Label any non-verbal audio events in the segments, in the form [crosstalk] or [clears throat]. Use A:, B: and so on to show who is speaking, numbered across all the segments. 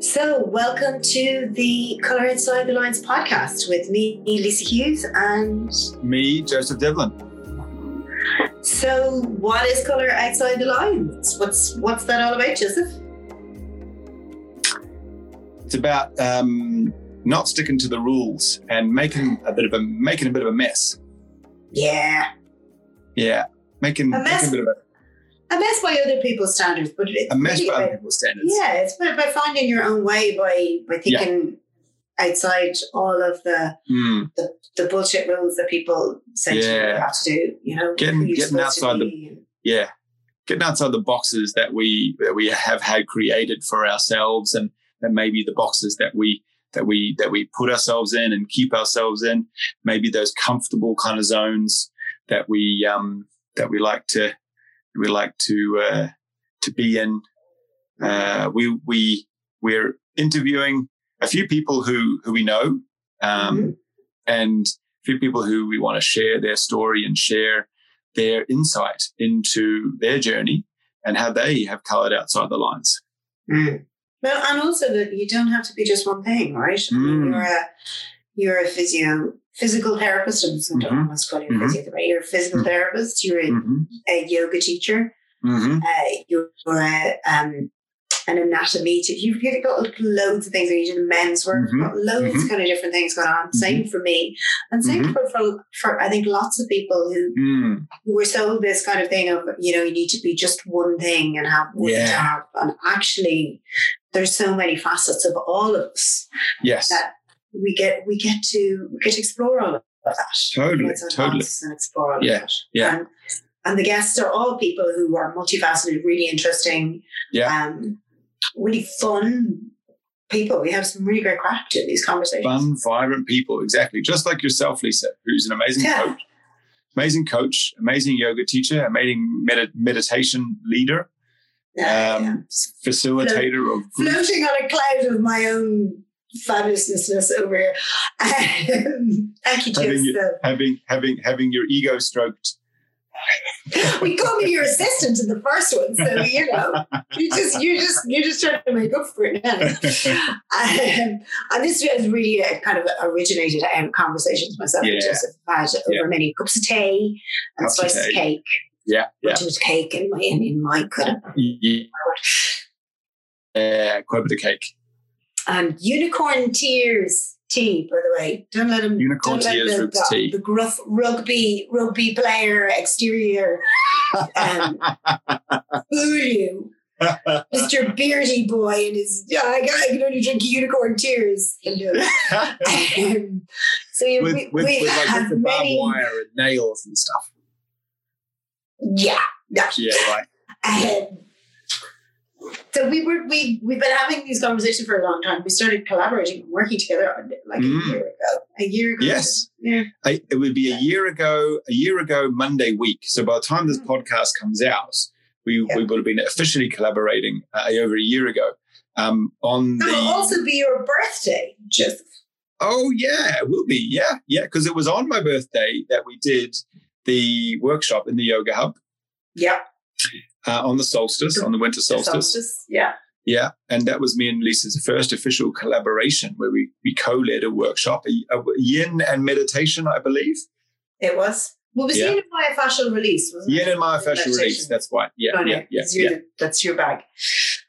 A: So, welcome to the Colour Inside the Lines podcast with me, Lisa Hughes, and
B: Me, Joseph Devlin.
A: so what is Colour Outside the Lines? What's what's that all about, Joseph?
B: It's about um, not sticking to the rules and making a bit of a making a bit of a mess.
A: Yeah,
B: Yeah, making
A: A mess-
B: making a bit of
A: a mess by other people's standards, but it's
B: a, a mess
A: really
B: by other
A: about-
B: people's standards.
A: yeah, it's about, about finding your own way by by thinking outside all of the
B: Hmm,
A: the bullshit rules that people say to you
B: Yeah.
A: you have to do. You know,
B: Getting-
A: who you're
B: getting
A: supposed to
B: outside the-
A: be.
B: yeah. Getting outside the boxes that we that we have had created for ourselves, and and maybe the boxes that we that we that we put ourselves in and keep ourselves in, maybe those comfortable kind of zones that we um, that we like to we like to uh, to be in uh, we we we're interviewing a few people who who we know um,
A: Mhm.
B: and a few people who we want to share their story and share their insight into their journey and how they have colored outside the lines
A: Mm. Well, and also that you don't have to be just one thing, right? I mean,
B: Mm.
A: You're a you're a physio physical therapist. I'm just going to
B: Mhm.
A: almost call you a
B: Mhm.
A: physiotherapist. You're a physical
B: Mhm.
A: therapist. You're a,
B: Mhm.
A: a yoga teacher.
B: Mhm.
A: Uh, you're a um, an anatomy. teacher. You've you've got loads of things. You did men's work.
B: Mhm.
A: Got loads of kind of different things going on. Same for me, and same for, for for I think lots of people who
B: Mm.
A: we were sold this kind of thing of you know you need to be just one thing and have one
B: Yeah.
A: job and actually there's so many facets of all of us
B: yes
A: That- we get we get to we get to explore all of that
B: Totally,
A: Let's advance
B: totally.
A: and explore all of
B: Yeah,
A: that.
B: yeah.
A: and, and the guests are all people who are multifaceted really interesting
B: Yeah.
A: um really fun people we have some really great crack to these conversations
B: fun vibrant people exactly just like yourself lisa who's an amazing
A: Yeah.
B: coach amazing coach amazing yoga teacher amazing medi- meditation leader
A: Yeah,
B: um,
A: yeah.
B: facilitator of group
A: floating on a cloud of my own fabulousness over here. Um, Thank you,
B: Having you-
A: Joseph.
B: having having having your ego stroked.
A: We call me your assistant in the first one, so you know you just you just you just trying to make up for it now. Um, and this was really a kind of originated um, conversations myself and
B: Yeah.
A: Joseph had
B: Yeah.
A: over many cups of tea and
B: Cups of
A: slices of
B: tea.
A: cake,
B: yeah, yeah,
A: which was cake in my in, in my kind of
B: yeah. Quite a bit of cake.
A: and Um, unicorn tears tea, by the way. Don't let him
B: Unicorn
A: don't let
B: tears
A: the,
B: with
A: the,
B: tea.
A: the gruff rugby rugby player exterior
B: [laughs]
A: um, fool you. Mr. Beardy Boy and his I, I can only drink unicorn tears. And,
B: [laughs]
A: uh, um, so yeah,
B: with
A: we,
B: with,
A: we
B: with like
A: have
B: with the barbed
A: many,
B: wire and nails and stuff.
A: yeah, yeah.
B: Yeah, right.
A: Um, so we were we we've been having these conversations for a long time. We started collaborating, working together on it, like a
B: Mm.
A: year ago. A year ago.
B: Yes.
A: Yeah.
B: I, it would be a year ago. A year ago Monday week. So by the time this podcast comes out, we,
A: Mm. Yeah.
B: we would have been officially collaborating uh, over a year ago. Um, on
A: That
B: the
A: will also be your birthday, Joseph.
B: Oh yeah, it will be. Yeah, yeah. Because it was on my birthday that we did the workshop in the yoga hub
A: Yeah.
B: uh, on the solstice, on the winter solstice.
A: Solstice. Yeah.
B: Yeah, and that was me and Lisa's first official collaboration where we we co-led a workshop, a, a yin and meditation, I believe.
A: It was. Well, it was
B: Yeah.
A: yeah. myofascial release, wasn't
B: Yin
A: it?
B: and myofascial release.
A: Meditation.
B: That's right. Yeah,
A: Right,
B: yeah, yeah,
A: 'cause
B: yeah.
A: you're the- That's your bag.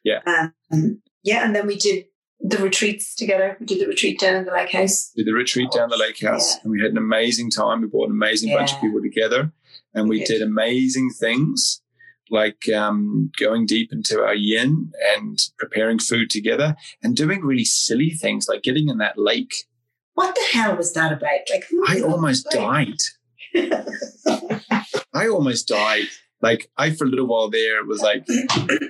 B: Yeah.
A: Um, yeah, and then we did the retreats together. We did the retreat down in the lake house.
B: Did the retreat down the lake house,
A: Yeah.
B: and we had an amazing time. We brought an amazing bunch
A: Yeah.
B: of people together, and we
A: We did.
B: did amazing things like um, going deep into our yin and preparing food together, and doing really silly things like getting in that lake.
A: What the hell was that about? Like, who
B: I oh
A: was
B: almost
A: that?
B: died.
A: [laughs]
B: I almost died. Like I, for a little while there, was like, "This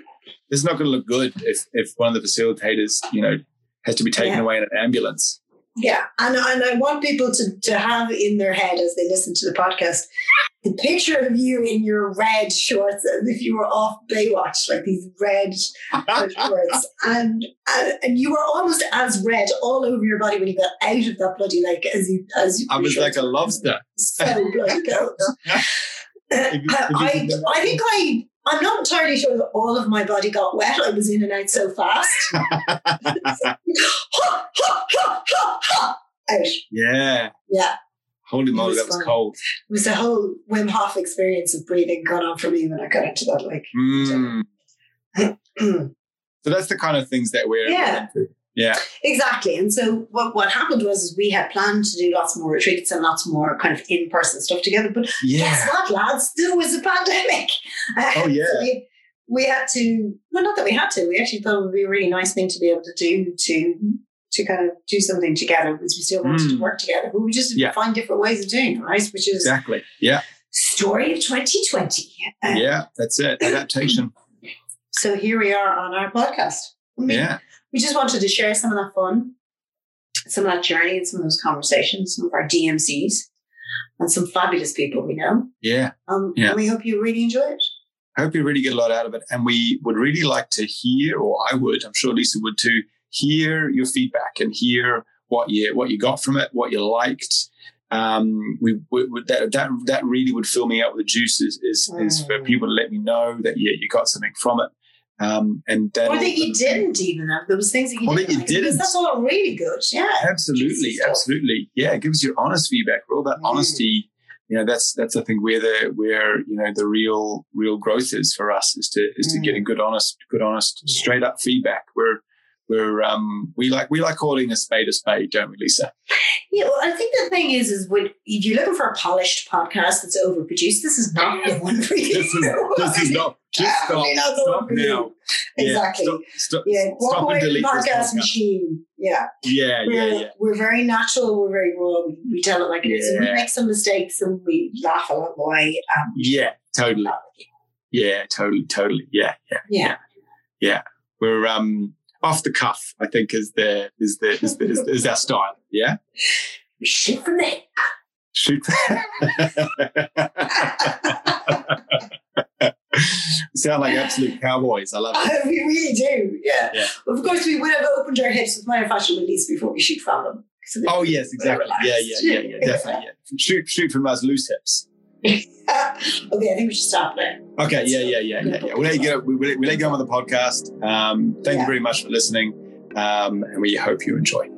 B: is not going to look good if if one of the facilitators, you know, has to be taken
A: Yeah.
B: away in an
A: [laughs]
B: ambulance."
A: Yeah, and and I want people to to have in their head as they listen to the podcast the picture of you in your red shorts as if you were off Baywatch, like these red shorts, and and and you were almost as red all over your body when you got out of that bloody lake as you as you.
B: I was
A: your
B: like
A: shorts
B: a lobster.
A: [laughs]
B: [laughs]
A: so bloody cold.
B: If you- if you
A: I,
B: think about-
A: I think I I'm not entirely sure that all of my body got wet. I was in and out so fast.
B: [laughs]
A: [laughs] ha, ha, ha, ha, ha, out.
B: yeah.
A: Yeah.
B: Holy
A: It
B: moly,
A: was
B: that was
A: fun.
B: cold.
A: It was a whole Wim Hof experience of breathing going on for me when I got into that lake. [clears throat]
B: Mm. So that's the kind of things that we're
A: Yeah.
B: into. Yeah.
A: Exactly. And so what, what happened was is we had planned to do lots more retreats and lots more kind of in-person stuff together. But guess
B: Yeah.
A: what, lads? There was a pandemic. [laughs]
B: Oh, yeah.
A: So we, we had to, well, not that we had to, we actually thought it would be a really nice thing to be able to do to to kind of do something together because we still wanted to
B: Mm.
A: work together. But we just had to
B: Yeah.
A: find different ways of doing it, right? Which is
B: Exactly. Yeah.
A: story of 2020. Uh,
B: Yeah. That's it. Adaptation.
A: So here we are on our podcast. [clears throat] I mean,
B: Yeah.
A: we just wanted to share some of that fun, some of that journey, and some of those conversations, some of our DMCs, and some fabulous people we know.
B: Yeah.
A: Um,
B: Yeah.
A: And we hope you really enjoy it.
B: I hope you really get a lot out of it. And we would really like to hear, or I would, I'm sure Lisa would too, hear your feedback and hear what you what you got from it, what you liked. Um, we, we we- that that that really would fill me up with juice is is, is for
A: Mm.
B: people to let me know that you you got something from it. Um, and that
A: Or that you didn't even have. There was things that you
B: Or that
A: didn't.
B: you
A: like, because
B: didn't.
A: That's all really good. Yeah.
B: Absolutely,
A: Juicy
B: absolutely. Yeah, give us your honest feedback. We're all about
A: Mm.
B: honesty. You know, that's that's I think where the where you know the real real growth is for us is to is to
A: Mm.
B: getting good honest good honest
A: Yeah.
B: straight up feedback. We're we're um we like we like calling a spade a spade, don't we, Lisa?
A: Yeah. Well, I think the thing is, is when, if you're looking for a polished podcast that's overproduced, this is not the one for you.
B: [laughs] This is this
A: [laughs]
B: is not [laughs] just stop,
A: Definitely not the
B: stop
A: one for
B: now.
A: you. Exactly.
B: Yeah, stop, stop,
A: Yeah, walk
B: stop
A: away from the
B: and delete this
A: podcast
B: podcast.
A: machine. Yeah.
B: Yeah, yeah,
A: We're,
B: yeah.
A: we're very natural. We're very raw. We, we tell it like it is. And we
B: Yeah.
A: make some mistakes and we laugh along the way. Um,
B: Yeah, totally. Yeah, totally, totally. Yeah, yeah.
A: yeah.
B: We're um off the cuff, I think is the is the is the, is, the, is our style. Yeah.
A: Shit from the hip. [laughs]
B: Shoot. [laughs] Sound like absolute cowboys. I love it.
A: we really do. Yeah.
B: Yeah.
A: Of course, we would have opened our hips with myofascial release before we shoot from them. So we-
B: Oh yes, exactly. Yeah, yeah, yeah, yeah. Definitely. Yeah. Shoot, shoot from those loose hips.
A: Ah, okay, I think we should stop there.
B: Okay. Yeah, yeah, yeah, yeah, yeah. We let you get. We we let you go on with the podcast. Um, thank
A: Yeah.
B: you very much for listening, um, and we hope you enjoy.